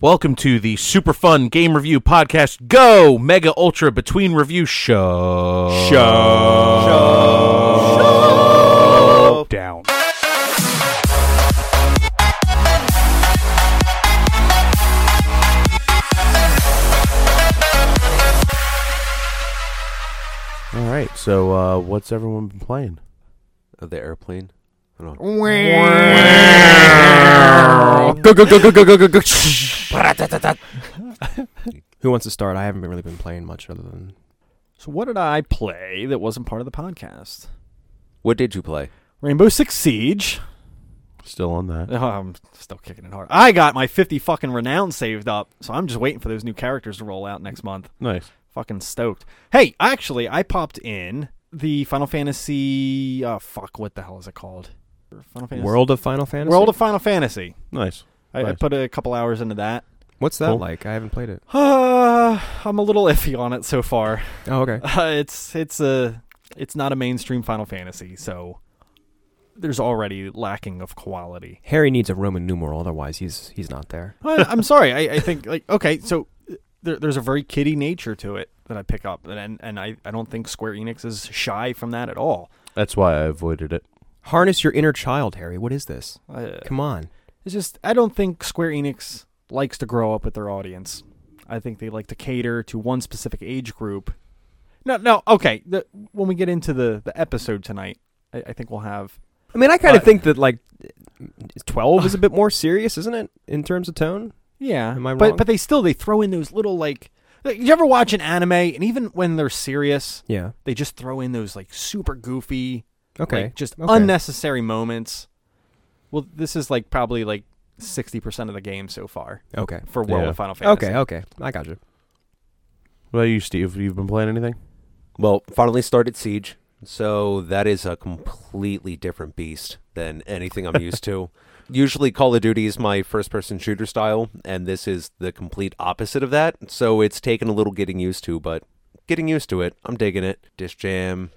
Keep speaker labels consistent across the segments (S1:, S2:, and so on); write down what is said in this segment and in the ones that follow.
S1: Welcome to the super fun game review podcast. Go mega ultra between review show.
S2: Show.
S3: down.
S1: All right. So, uh, what's everyone been playing?
S2: Of Uh, the airplane. I don't
S3: Go go go go go go go go.
S2: Who wants to start? I haven't been- really been playing much other than.
S3: So what did I play that wasn't part of the podcast?
S2: What did you play?
S3: Rainbow Six Siege.
S1: Still on that.
S3: Oh, I'm still kicking it hard. I got my 50 fucking renown saved up, so I'm just waiting for those new characters to roll out next month.
S1: Nice.
S3: Fucking stoked. Hey, actually, I popped in the Final Fantasy. Uh, fuck, what the hell is it called? Final Fantasy.
S2: World of Final Fantasy.
S3: World of Final Fantasy.
S1: Nice.
S3: I, I
S1: Nice.
S3: put a couple hours into that.
S2: What's that
S1: Cool.
S2: like? I haven't played it.
S3: Uh, I'm a little iffy on it so far.
S2: Oh, okay.
S3: Uh, it's it's a it's not a mainstream Final Fantasy, so there's already lacking of quality.
S2: Harry needs a Roman numeral, otherwise he's he's not there.
S3: I, I'm sorry. I, I think like okay, so uh, there, there's a very kiddie nature to it that I pick up, and and I, I don't think Square Enix is shy from that at all.
S1: That's why I avoided it.
S2: Harness your inner child, Harry. What is this?
S3: Uh,
S2: Come on.
S3: it's just I don't think Square Enix likes to grow up with their audience. I think they like to cater to one specific age group. No, no, okay. The, when we get into the the episode tonight, I, I think we'll have
S2: I mean, I kind
S3: Uh,
S2: of think that like twelve is a bit more serious, isn't it, in terms of tone?
S3: Yeah,
S2: Am I
S3: but
S2: wrong?
S3: but they still they throw in those little like. like, You ever watch an anime and even when they're serious,
S2: Yeah.
S3: they just throw in those like super goofy,
S2: Okay.
S3: like just
S2: Okay.
S3: unnecessary moments. Well, this is like probably like sixty percent of the game so far
S2: okay.
S3: for World
S1: Yeah.
S3: of Final Fantasy.
S2: Okay. Okay. I got you.
S1: What about you, Steve? You've been playing anything?
S4: Well, finally started Siege. So that is a completely different beast than anything I'm used to. Usually Call of Duty is my first person shooter style, and this is the complete opposite of that. So it's taken a little getting used to, but getting used to it. I'm digging it. Dish Jam,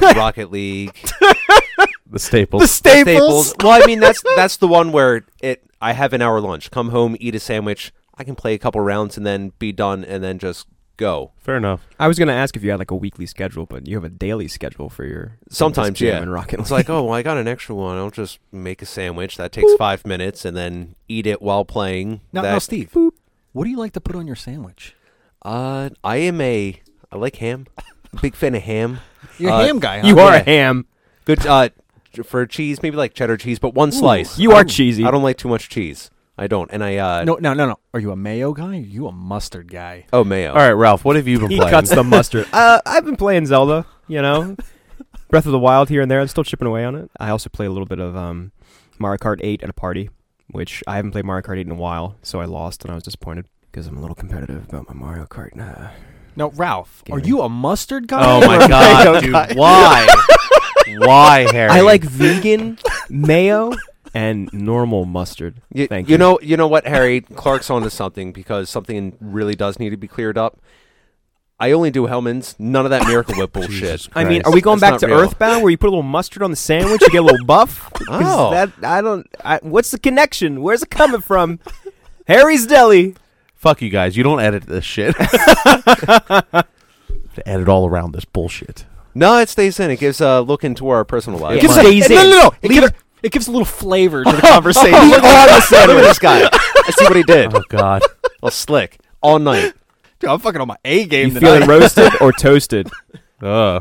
S4: Rocket League,
S1: The
S3: The
S1: staples.
S3: staples.
S4: Staples. Well, I mean that's that's the one where it I have an hour lunch. Come home, eat a sandwich, I can play a couple rounds and then be done and then just go.
S1: Fair enough.
S2: I was gonna ask if you had like a weekly schedule, but you have a daily schedule for your
S4: Sometimes,
S2: Jam
S4: yeah.
S2: And Rocket
S4: It's
S2: League.
S4: like, oh, well, I got an extra one. I'll just make a sandwich. That takes five minutes, and then eat it while playing.
S3: Now,
S4: that,
S3: now, Steve, what do you like to put on your sandwich?
S4: uh, I am a. I like ham. Big fan of ham.
S3: You're
S4: Uh,
S3: a ham guy. Huh?
S2: you are a
S4: yeah.
S2: ham.
S4: Good uh, for cheese, maybe like cheddar cheese, but one slice.
S2: You are cheesy.
S4: I don't like too much cheese. I don't, and I uh,
S3: no, no, no, no. Are you a mayo guy? Are you a mustard guy?
S4: oh mayo.
S1: All right, Ralph. What have you been
S2: He
S1: playing?
S2: cuts the mustard. uh, I've been playing Zelda, you know, Breath of the Wild here and there. I'm still chipping away on it. I also play a little bit of um, Mario Kart 8 at a party, which I haven't played Mario Kart 8 in a while, so I lost and I was disappointed because I'm a little competitive about my Mario Kart. Nah.
S3: No, Ralph, are
S2: Gary.
S3: you a mustard guy?
S1: Oh my god, dude! Why? Why, Harry?
S2: I like vegan mayo and normal mustard.
S4: You,
S2: Thank
S4: you
S2: you.
S4: know, you know what, Harry Clark's onto something because something really does need to be cleared up. I only do Hellman's. None of that Miracle Whip bullshit.
S1: Jesus
S2: I mean,
S1: Christ.
S2: are we going
S4: That's
S2: back to
S4: not real.
S2: Earthbound where you put a little mustard on the sandwich, you get a little buff? 'Cause
S4: Oh.
S2: that I don't. I, what's the connection? Where's it coming from? Harry's Deli.
S1: Fuck you guys. You don't edit this shit. to edit all around this bullshit.
S4: No, it stays in. It gives a look into our personal lives.
S2: It gives
S3: It
S2: stays
S3: no, no,
S2: in.
S3: no. It Oh,
S2: Leave
S3: gives, it gives a little flavor to the conversation.
S4: look, at this guy. I see what he did.
S1: Oh god.
S4: Well, slick all night.
S3: Dude, I'm fucking on my A game
S2: You feeling roasted or toasted?
S1: Uh,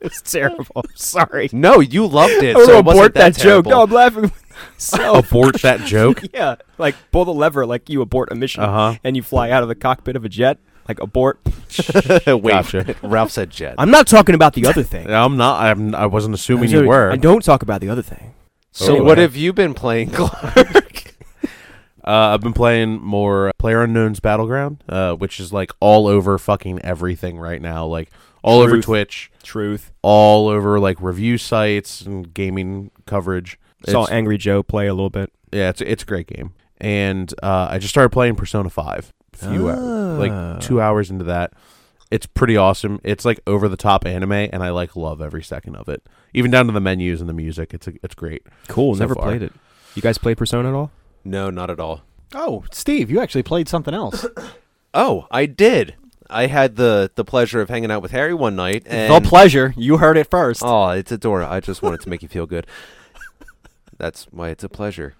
S2: It's terrible. I'm sorry.
S4: No, you loved it.
S2: I want
S4: so
S2: to
S4: it wasn't
S2: abort that, joke.
S4: terrible.
S2: No, I'm laughing. So
S1: abort that joke.
S2: yeah, like pull the lever, like you abort a mission,
S1: Uh-huh.
S2: and you fly out of the cockpit of a jet, like abort.
S4: Wait,
S1: Gotcha.
S4: Ralph said jet.
S2: Oh. I'm not talking about the other thing.
S1: I'm not. I'm, I wasn't assuming you were.
S2: I don't talk about the other thing.
S4: so,
S1: Oh,
S4: what
S1: okay.
S4: have you been playing, Clark?
S1: Uh, I've been playing more Player Unknown's Battleground, uh, which is like all over fucking everything right now. Like all over
S2: Truth.
S1: Twitch,
S2: Truth.
S1: all over like review sites and gaming coverage.
S2: Saw
S1: It's-
S2: Angry Joe play a little bit.
S1: yeah, it's it's a great game. And uh, I just started playing Persona Five. A few hours,
S2: Ah.
S1: like two hours into that. It's pretty awesome. It's like over the top anime, and I like love every second of it, even down to the menus and the music. It's a, it's great.
S2: Cool.
S1: so
S2: never
S1: far.
S2: played it. You guys played Persona at all?
S4: No, not at all.
S3: Oh, Steve, you actually played something else.
S4: Oh, I did. I had the the pleasure of hanging out with Harry one night. And
S3: the pleasure. You heard it first.
S4: Oh, it's adorable. I just wanted to make you feel good. That's why it's a pleasure.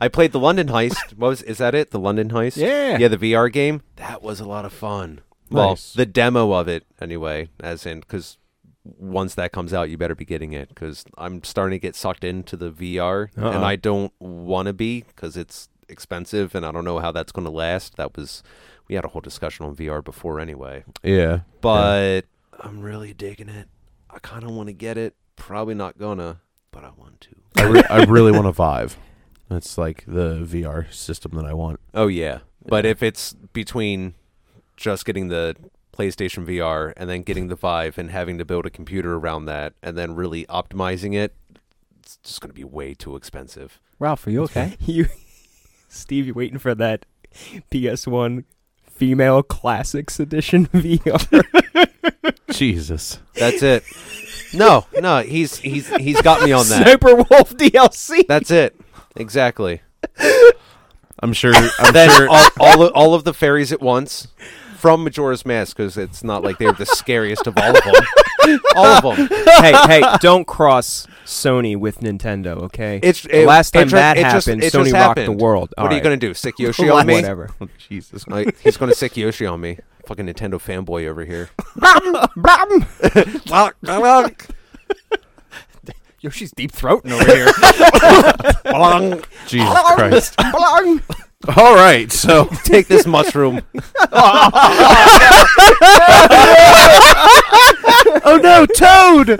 S4: I played the London Heist. What was is that it? The London Heist?
S3: Yeah.
S4: Yeah, the VR game. That was a lot of fun. Well,
S1: Nice.
S4: the demo of it anyway, as in cuz once that comes out, you better be getting it cuz I'm starting to get sucked into the VR
S2: Uh-oh.
S4: and I don't want to be cuz it's expensive and I don't know how that's going to last. That was we had a whole discussion on VR before anyway
S1: Yeah.
S4: but I'm really digging it. I kind of want to get it. Probably not gonna, but I want to.
S1: I, re- I really want a Vive. That's like the VR system that I want.
S4: Oh yeah, but if it's between just getting the PlayStation VR and then getting the Vive and having to build a computer around that and then really optimizing it, it's just gonna be way too expensive.
S3: Ralph, are you okay?
S2: You, Steve, you waiting for that PS1 female classics edition VR?
S1: Jesus.
S4: That's it. no, no, he's he's he's got me on that.
S2: Sniper Wolf DLC.
S4: That's it. Exactly.
S1: I'm sure. I'm
S4: then
S1: sure.
S4: all, all, of, all of the fairies at once from Majora's Mask because it's not like they're the scariest of all of them. all of them.
S2: hey, hey, don't cross Sony with Nintendo, okay?
S4: It's
S2: The
S4: it-
S2: last
S4: it
S2: time
S4: ju-
S2: that
S4: it just-
S2: happened,
S4: it
S2: Sony
S4: just
S2: rocked
S4: happened.
S2: the world.
S4: What are you gonna do? Sick Yoshi
S2: Last-
S4: on me?
S2: Whatever.
S1: Oh, Jesus.
S4: Like, he's gonna sick Yoshi on me. Fucking Nintendo fanboy over here.
S3: Yo, she's deep throating over Oh, here.
S1: Jesus Christ. All right. So
S4: Take this mushroom.
S1: Oh no, Toad!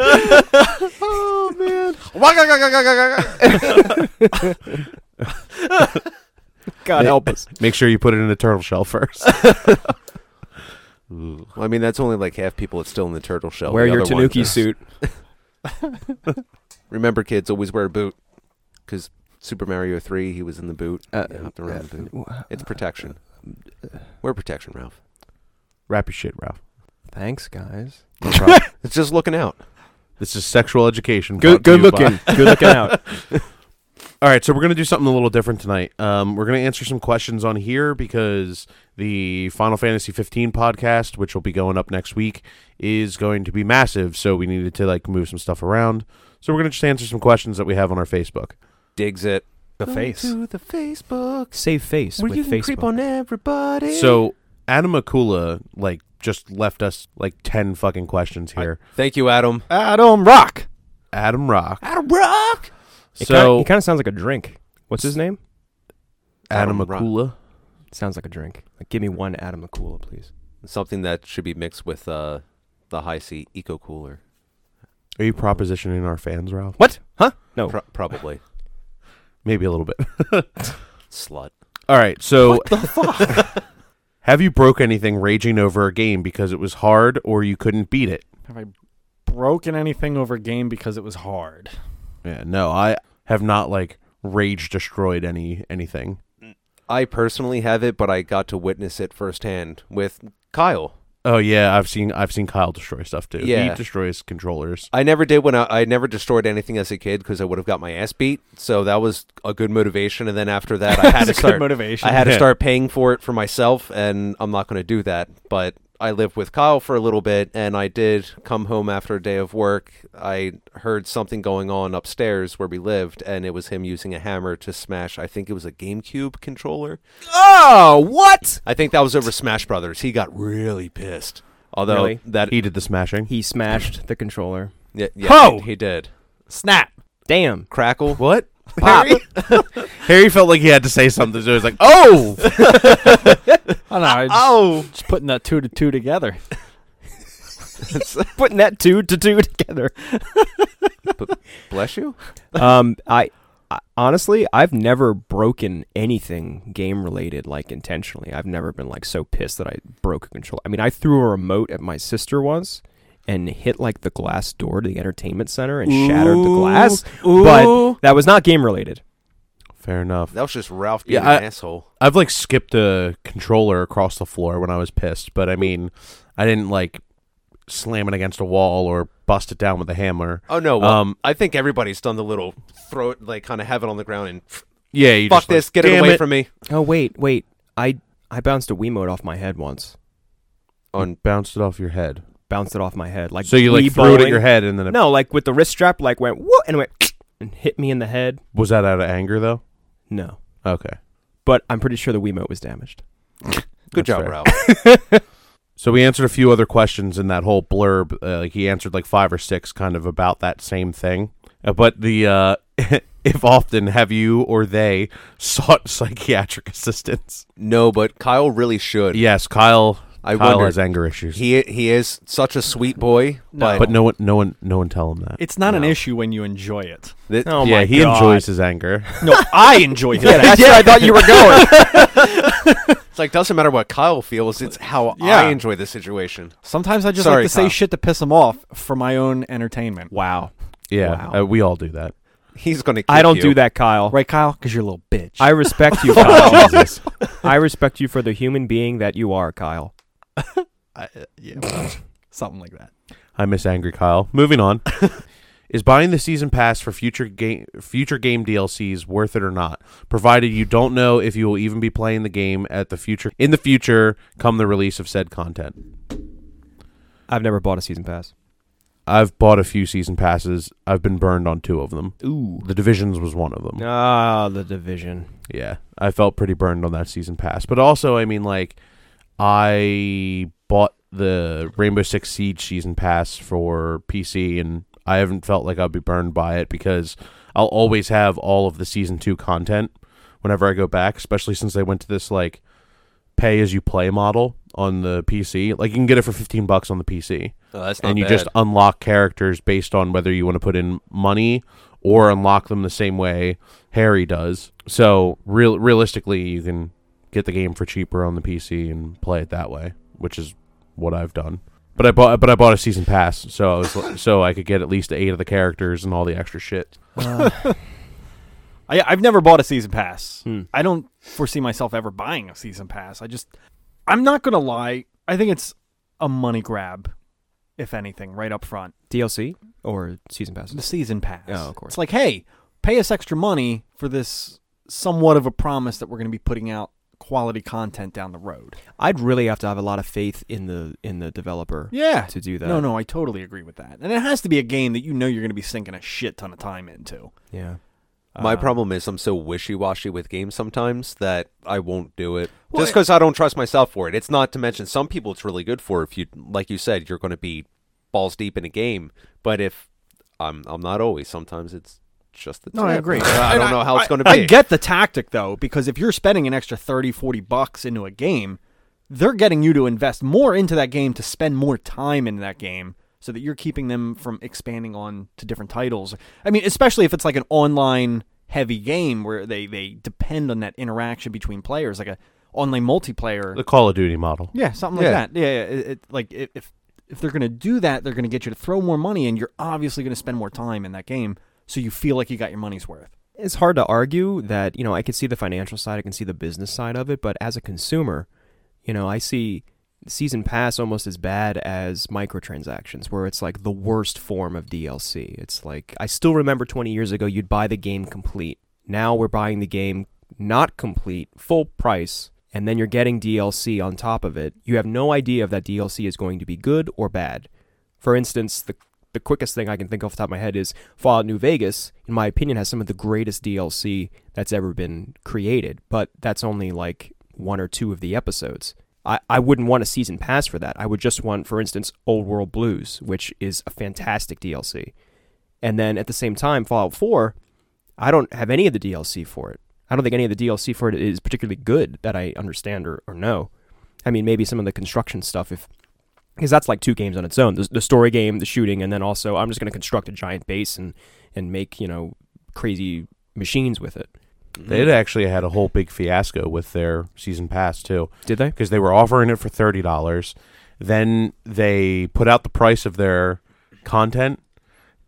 S2: God help us.
S1: Make sure you put it in a turtle shell first.
S4: I mean, that's only like half people that's still in the turtle shell.
S2: Wear
S4: The
S2: your
S4: other one
S2: Tanuki
S4: is-
S2: suit.
S4: Remember, kids, always wear a boot. Because Super Mario 3, he was in the boot. You have to
S2: Uh,
S4: wear the boot. It's protection. Wear protection, Ralph.
S1: Wrap your shit, Ralph.
S2: Thanks, guys.
S4: It's just looking out.
S1: This is sexual education.
S2: Good,
S1: brought to
S2: good
S1: you by-
S2: looking. Good looking out.
S1: All right, so we're gonna do something a little different tonight. Um, we're gonna answer some questions on here because the Final Fantasy 15 podcast, which will be going up next week, is going to be massive. So we needed to like move some stuff around. So we're gonna just answer some questions that we have on our Facebook.
S4: Digs it.
S3: the face.
S4: To the Facebook.
S2: Save face
S4: Where
S2: with
S4: you can
S2: Facebook.
S4: creep on everybody.
S1: So Animacula like just left us like ten fucking questions here.
S4: thank you, Adam.
S3: Adam Rock.
S1: Adam Rock.
S4: Adam Rock.
S2: It
S1: So
S2: kinda, it kind of sounds like a drink. What's his name?
S4: Adam Rock.
S1: Animacula.
S2: Sounds like a drink. Like, give me one Adam McCoola, please.
S4: Something that should be mixed with uh, the high C eco cooler.
S1: Are you propositioning our fans, Ralph?
S2: What? Huh? No.
S4: Pro- probably
S1: Maybe a little bit.
S4: slut.
S1: All right, so have you broke anything raging over a game because it was hard or you couldn't beat it?
S3: Have I broken anything over a game because it was hard?
S1: Yeah, no, I have not like rage destroyed any anything.
S4: I personally have it, but I got to witness it firsthand with Kyle.
S1: Oh yeah, I've seen I've seen Kyle destroy stuff too.
S4: Yeah.
S1: he destroys controllers.
S4: I never did when I, I never destroyed anything as a kid because I would have got my ass beat. So that was a good motivation. And then after that, I
S3: That's
S4: had to
S3: a good
S4: start.
S3: motivation.
S4: I had to
S1: Yeah.
S4: start paying for it for myself, and I'm not going to do that. But I lived with Kyle for a little bit, and I did come home after a day of work. I heard something going on upstairs where we lived, and it was him using a hammer to smash. I think it was a GameCube controller.
S2: Oh, what?
S4: I think that was over Smash Brothers. He got really pissed. Although
S2: Really?
S4: that
S1: He did the smashing.
S2: He smashed the controller.
S4: yeah, yeah,
S3: Ho!
S4: he, he did
S3: Snap.
S2: Damn.
S4: crackle.
S1: What?
S4: Pop.
S1: Harry felt like he had to say something, so he was like, "Oh,
S3: I don't know. I just,
S4: Oh,
S3: just putting that two to two together.
S2: Putting that two to two together.
S4: bless you.
S2: um, I, I honestly, I've never broken anything game related like intentionally. I've never been like so pissed that I broke a control. I mean, I threw a remote at my sister once and hit like the glass door to the entertainment center and shattered the glass. But that was not game related.
S1: fair enough."
S4: That was just Ralph being
S1: Yeah, I-
S4: an asshole.
S1: I've like skipped a controller across the floor when I was pissed, but I mean, I didn't like slam it against a wall or bust it down with a hammer.
S4: Oh no! Well,
S1: Um,
S4: I think everybody's done the little throw it, like kind of have it on the ground and
S1: Yeah, you
S4: Fuck
S1: just like,
S4: this. get it
S1: "Damn
S4: away from me.
S2: Oh wait, wait. I I bounced a Wiimote off my head once.
S1: On bounced it off your head.
S2: Bounced it off my head. Like
S1: so you like
S2: Wii
S1: threw it at
S2: bowling.
S1: your head, and then it,
S2: No, like with the wrist strap, like went whoa and went and hit me in the head.
S1: was that out of anger though?
S2: No.
S1: Okay.
S2: But I'm pretty sure the Wiimote was damaged.
S4: Good
S1: That's
S4: job,
S1: fair.
S4: Ralph.
S1: So we answered a few other questions in that whole blurb. Uh, like he answered like five or six, kind of about that same thing. Uh, but the uh, if often have you or they sought psychiatric assistance?
S4: No, but Kyle really should.
S1: Yes, Kyle.
S4: I
S1: Kyle
S4: wonder.
S1: has anger issues,
S4: He he is such a sweet boy,
S3: No.
S1: but no one, no one, no one tell him that.
S3: It's not an
S4: No.
S3: issue when you enjoy it.
S4: but
S2: Oh
S1: yeah,
S2: my
S1: he
S2: God.
S1: enjoys his anger.
S3: No, I enjoy it.
S2: Yeah, that's where I thought you were going.
S4: it's like doesn't matter what Kyle feels. It's how
S3: Yeah.
S4: I enjoy the situation.
S3: Sometimes I just
S4: Sorry,
S3: like to
S4: Kyle.
S3: say shit to piss them off for my own entertainment.
S2: wow.
S1: Yeah,
S2: Wow.
S1: uh, we all do that.
S4: He's gonna. Kick
S2: I don't
S4: you.
S2: do that, Kyle.
S3: Right, Kyle? Because you're a little bitch.
S2: I respect you, Kyle. I respect you for the human being that you are, Kyle.
S3: uh, Something like that.
S1: I miss angry Kyle. Moving on. Is buying the season pass for future game future game DLCs worth it or not? Provided you don't know if you will even be playing the game at the future in the future come the release of said content.
S2: I've never bought a season pass.
S1: I've bought a few season passes. I've been burned on two of them.
S2: Ooh.
S1: The Divisions was one of them.
S2: Ah, the division.
S1: Yeah, I felt pretty burned on that season pass. But also, I mean, like, I bought the Rainbow Six Siege season pass for PC, and I haven't felt like I'll be burned by it because I'll always have all of the season two content whenever I go back, especially since they went to this, like, pay as you play model on the PC. Like, you can get it for 15 bucks on the PC
S4: Oh, that's not
S1: and you
S4: bad.
S1: just unlock characters based on whether you want to put in money or unlock them the same way Harry does. So real realistically, you can get the game for cheaper on the PC and play it that way, which is what I've done. But I bought but I bought a season pass, so I was so I could get at least eight of the characters and all the extra shit.
S2: Uh,
S3: I, I've never bought a season pass.
S2: Hmm.
S3: I don't foresee myself ever buying a season pass. I just, I'm not gonna lie. I think it's a money grab, if anything, right up front.
S2: DLC or season
S3: The
S2: passes?
S3: season pass.
S2: Oh, of course.
S3: It's like, hey, pay us extra money for this somewhat of a promise that we're gonna be putting out quality content down the road.
S2: I'd really have to have a lot of faith in the in the developer
S3: Yeah.
S2: to do that.
S3: No, no, I totally agree with that. And it has to be a game that you know you're gonna be sinking a shit ton of time into.
S2: Yeah.
S4: My
S3: Uh,
S4: problem is I'm so wishy-washy with games sometimes that I won't do it
S3: Well,
S4: just because I don't trust myself for it. It's not to mention some people it's really good for if you, like you said, you're going to be balls deep in a game. But if I'm, I'm not always. Sometimes it's just the.
S3: No, I
S4: tip.
S3: agree.
S4: I
S3: And
S4: don't know how it's
S3: I-
S4: going to be.
S3: I get the tactic though, because if you're spending an extra 30, 40 bucks into a game, they're getting you to invest more into that game to spend more time in that game so that you're keeping them from expanding on to different titles. I mean, especially if it's like an online heavy game where they, they depend on that interaction between players, like a online multiplayer.
S1: The Call of Duty model.
S3: Yeah, something like
S4: Yeah.
S3: that. Yeah, yeah. It, it, like i- if if they're gonna do that, they're gonna get you to throw more money, and you're obviously gonna spend more time in that game, so you feel like you got your money's worth.
S2: It's hard to argue that, you know, I can see the financial side, I can see the business side of it, but as a consumer, you know, I see season pass almost as bad as microtransactions where it's like the worst form of DLC. It's like I still remember 20 years ago you'd buy the game complete. Now we're buying the game not complete, full price, and then you're getting DLC on top of it. You have no idea if that DLC is going to be good or bad. For instance, the the quickest thing I can think off the top of my head is Fallout New Vegas, in my opinion, has some of the greatest DLC that's ever been created, but that's only like one or two of the episodes. I, I wouldn't want a season pass for that. I would just want, for instance, Old World Blues, which is a fantastic DLC. And then at the same time, Fallout 4, I don't have any of the DLC for it. I don't think any of the DLC for it is particularly good that I understand or, or know. I mean, maybe some of the construction stuff, if because that's like two games on its own: the, the story game, the shooting, and then also I'm just going to construct a giant base and and make you know crazy machines with it.
S4: Mm-hmm.
S1: They had actually had a whole big fiasco with their season pass too.
S2: Did they?
S1: because they were offering it for thirty dollars. Then they put out the price of their content,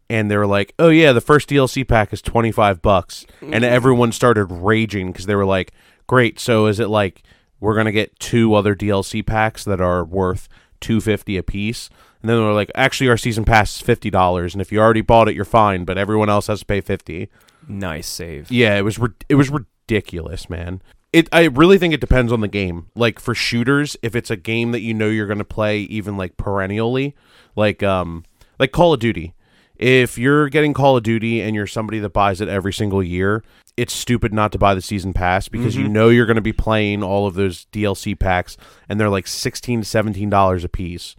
S1: and they were like, "Oh yeah, the first DLC pack is twenty five bucks," and everyone started raging because they were like, "Great, so is it like we're gonna get two other DLC packs that are worth two fifty a piece?" And then they were like, "Actually, our season pass is fifty dollars, and if you already bought it, you're fine, but everyone else has to pay fifty.
S2: Nice save.
S1: Yeah, it was rid- it was ridiculous, man. It I really think it depends on the game. Like for shooters, if it's a game that you know you're going to play even like perennially, like um like Call of Duty. If you're getting Call of Duty and you're somebody that buys it every single year, it's stupid not to buy the season pass because you know you're going to be playing all of those DLC packs and they're like 16 17 dollars a piece.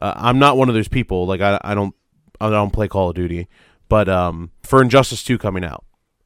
S1: Uh, I'm not one of those people. Like I, I don't I don't play Call of Duty, but um, for Injustice 2 coming out,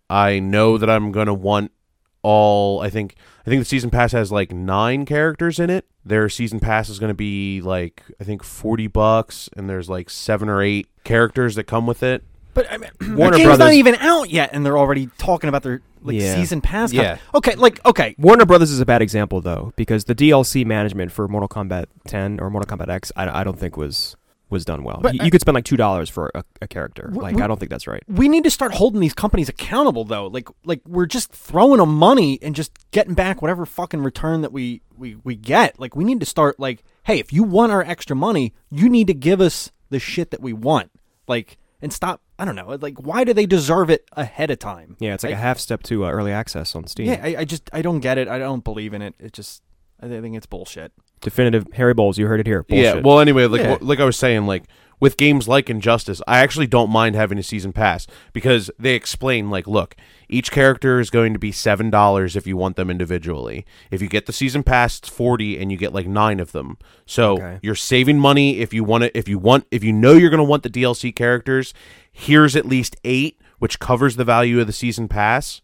S1: I know that I'm gonna want all. I think I think the season pass has like nine characters in it. Their season pass is gonna be like I think 40 bucks, and there's like seven or eight characters that come with it.
S3: But I mean,
S1: Warner
S3: the game's not
S1: Brothers-
S3: even out yet, and they're already talking about their like
S2: Yeah.
S3: season pass. con-
S4: Yeah.
S3: Okay, like okay,
S2: Warner Brothers is a bad example though, because the DLC management for Mortal Kombat 10 or Mortal Kombat X, I, I don't think was was done well.
S3: But
S2: you,
S3: I-
S2: you could spend like two dollars for a, a character.
S3: W-
S2: Like
S3: w-
S2: I don't think that's right.
S3: we need to start holding these companies accountable though. Like like we're just throwing them money and just getting back whatever fucking return that we we we get. Like we need to start like, hey, if you want our extra money, you need to give us the shit that we want. Like and stop. I don't know. Like why do they deserve it ahead of time?
S2: Yeah, it's like
S3: I-
S2: a half step to uh, early access on Steam.
S3: Yeah, I, I just I don't get it. I don't believe in it. It just I think it's bullshit.
S2: Definitive Harry Bowles, you heard it here.
S1: Yeah.
S2: Bullshit.
S1: Well, anyway, like
S3: Yeah.
S1: wh- like I was saying, like with games like Injustice, I actually don't mind having a season pass because they explain like, look, each character is going to be seven dollars if you want them individually. If you get the season pass, it's forty, and you get like nine of them. So
S2: Okay.
S1: you're saving money if you want it. If you want, if you know you're going to want the DLC characters, here's at least eight, which covers the value of the season pass.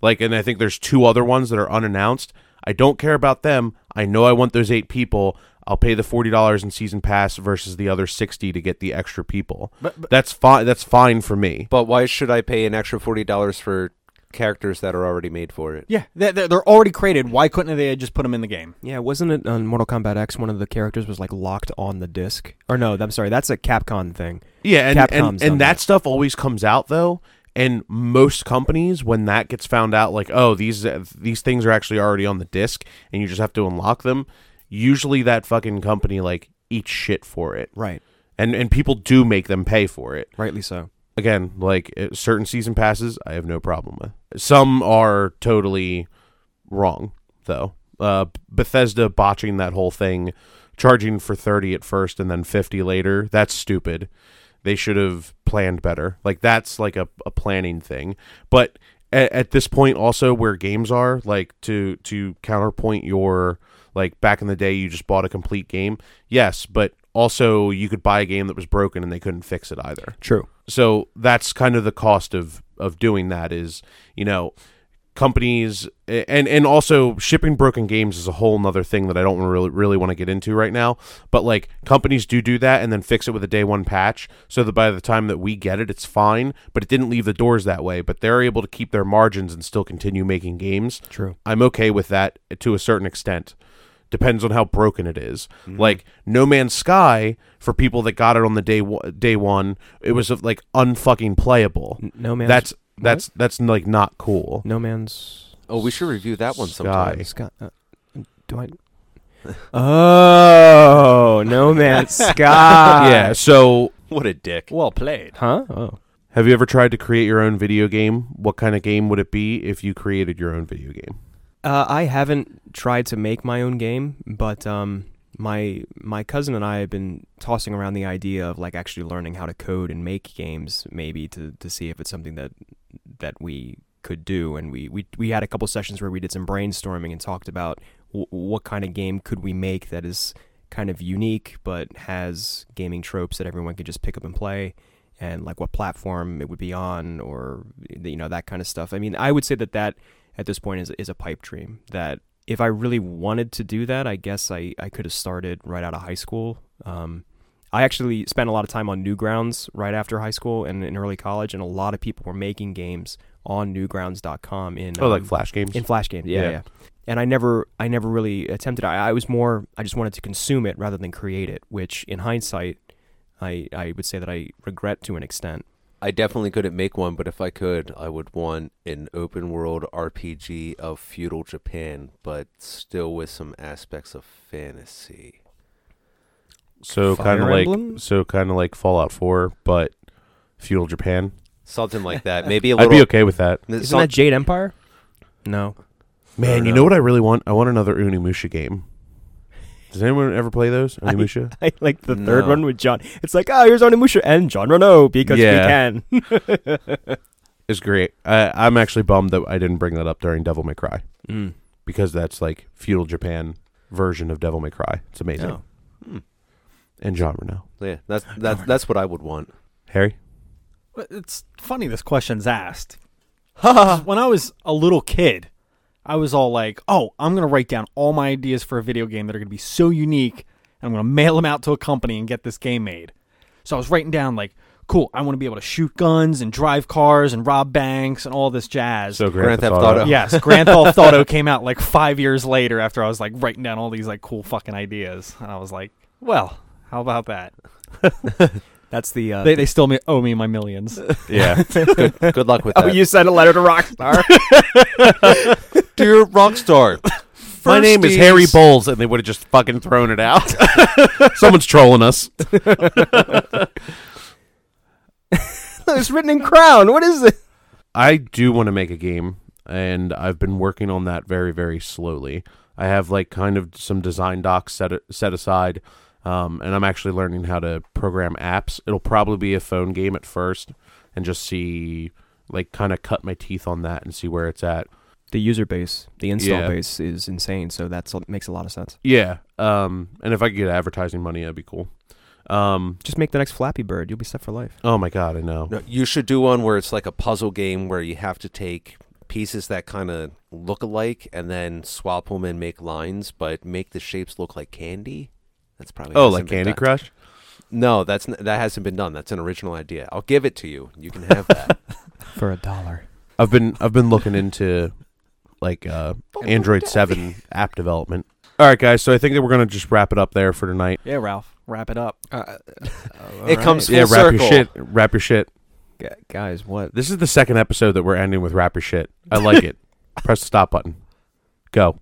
S1: Like, and I think there's two other ones that are unannounced. I don't care about them. I know I want those eight people. I'll pay the forty dollars in season pass versus the other sixty to get the extra people.
S3: But- but-
S1: that's fine. That's fine for me.
S4: But why should I pay an extra forty dollars for characters that are already made for it?
S3: Yeah, they're, they're already created. Why couldn't they just put them in the game?
S2: Yeah, wasn't it on Mortal Kombat X one of the characters was like locked on the disc? Or no, I'm sorry, that's a Capcom thing.
S1: Yeah, and
S2: Capcom's
S1: and,
S2: done
S1: and that
S2: that.
S1: stuff always comes out though. And most companies, when that gets found out, like oh these these things are actually already on the disc, and you just have to unlock them. Usually, that fucking company like eats shit for it,
S2: Right.
S1: and and people do make them pay for it.
S2: Rightly so.
S1: again, like uh, certain season passes, I have no problem with. Some are totally wrong, though. Uh, Bethesda botching that whole thing, charging for thirty at first and then fifty later. That's stupid. They should have planned better. Like that's like a, a planning thing. But at, at this point, also where games are, like to to counterpoint your like back in the day, you just bought a complete game. Yes, but also you could buy a game that was broken and they couldn't fix it either
S2: True.
S1: so that's kind of the cost of of doing that is you know companies and and also shipping broken games is a whole nother thing that i don't really really want to get into right now but like companies do do that and then fix it with a day one patch so that by the time that we get it it's fine but it didn't leave the doors that way but they're able to keep their margins and still continue making games
S2: True.
S1: I'm okay with that to a certain extent. Depends on how broken it is. Like No Man's Sky, for people that got it on the day one, day one, it was like unfucking playable.
S2: N- No man's
S1: That's that's that's like not cool.
S2: No man's
S4: Oh, we should review that one
S1: Sky.
S4: sometime.
S2: Sky. Uh, do I? Oh, No Man's Sky.
S1: yeah. So,
S4: What a dick.
S3: Well played.
S2: Huh? Oh.
S1: have you ever tried to create your own video game? What kind of game would it be if you created your own video game?
S2: Uh, I haven't tried to make my own game, but um, my my cousin and I have been tossing around the idea of like actually learning how to code and make games, maybe to, to see if it's something that that we could do. And we, we we had a couple sessions where we did some brainstorming and talked about w- what kind of game could we make that is kind of unique but has gaming tropes that everyone could just pick up and play and like what platform it would be on or you know that kind of stuff. I mean, I would say that that at this point is is a pipe dream that if I really wanted to do that, I guess I, I could have started right out of high school. Um, I actually spent a lot of time on Newgrounds right after high school and in early college, and a lot of people were making games on Newgrounds.com in
S1: Oh, like
S2: um,
S1: flash games.
S2: in Flash games, yeah,
S1: Yeah.
S2: yeah. And I never, I never really attempted. I, I was more, I just wanted to consume it rather than create it. Which, in hindsight, I, I would say that I regret to an extent.
S4: I definitely couldn't make one, but if I could, I would want an open world RPG of feudal Japan, but still with some aspects of fantasy.
S1: so
S2: Fire
S1: kind of like
S2: Emblem?
S1: so kind of like Fallout 4, but feudal Japan.
S4: something like that. Maybe a
S1: I'd
S4: little.
S1: be okay with that.
S4: some-
S2: Isn't that Jade Empire? No.
S1: Man, you
S4: know.
S1: know what I really want? I want another Unimusha game. Does anyone ever play those?
S2: I-
S1: Unimusha?
S2: I like the third
S4: No.
S2: one with John. It's like, oh, here's Onimusha and John Renault because
S1: Yeah.
S2: we can. Mm.
S1: It's great. I, I'm actually bummed that I didn't bring that up during Devil May Cry because that's like feudal Japan version of Devil May Cry. It's amazing.
S4: No. Hmm.
S1: And John Renault.
S4: Yeah, that's that's that's what I would want.
S1: Harry?
S3: But It's funny this question's asked. 'Cause when I was a little kid, I was all like, "Oh, I'm going to write down all my ideas for a video game that are going to be so unique, and I'm going to mail them out to a company and get this game made." So I was writing down like, "Cool, I want to be able to shoot guns and drive cars and rob banks and all this jazz."
S4: Grand Theft Auto. Yeah.
S3: yes, Grand Theft Auto came out like 5 years later after I was like writing down all these like cool fucking ideas, and I was like, "Well, how about that?"
S2: That's the. Uh,
S3: They, they still ma- owe me my millions.
S1: Yeah.
S4: Good, good luck with
S2: oh,
S4: that.
S2: you sent a letter to Rockstar.
S4: Dear Rockstar,
S1: My name is
S4: firsties-
S1: Harry Bowles, and they would have just fucking thrown it out. Someone's trolling us.
S2: it's written in crown. What is it?
S1: I do want to make a game, and I've been working on that very, very slowly. I have like kind of some design docs set set aside, um, and I'm actually learning how to program apps. It'll probably be a phone game at first, and just see like kind of cut my teeth on that and see where it's at.
S2: The user base, the install
S1: Yeah.
S2: base is insane. So that makes a lot of sense.
S1: Yeah, um, and if I could get advertising money, that'd be cool. Um,
S2: Just make the next Flappy Bird. You'll be set for life.
S1: oh my god, I know.
S4: No, you should do one where it's like a puzzle game where you have to take pieces that kind of look alike and then swap them and make lines, but make the shapes look like candy. That's probably
S1: Oh,
S4: hasn't
S1: like
S4: been
S1: Candy
S4: done.
S1: Crush.
S4: No, that's n- that hasn't been done. That's an original idea. I'll give it to you. You can have that.
S2: For a dollar.
S1: I've been I've been looking into like uh, Android Seven app development. All right, guys. So I think that we're gonna just wrap it up there for tonight.
S3: Yeah, Ralph, wrap it up.
S4: it comes full
S1: Uh, yeah, wrap
S4: circle.
S1: your shit. Wrap your shit.
S2: guys, what?
S1: This is the second episode that we're ending with wrap your shit. I like it. Press the stop button. Go.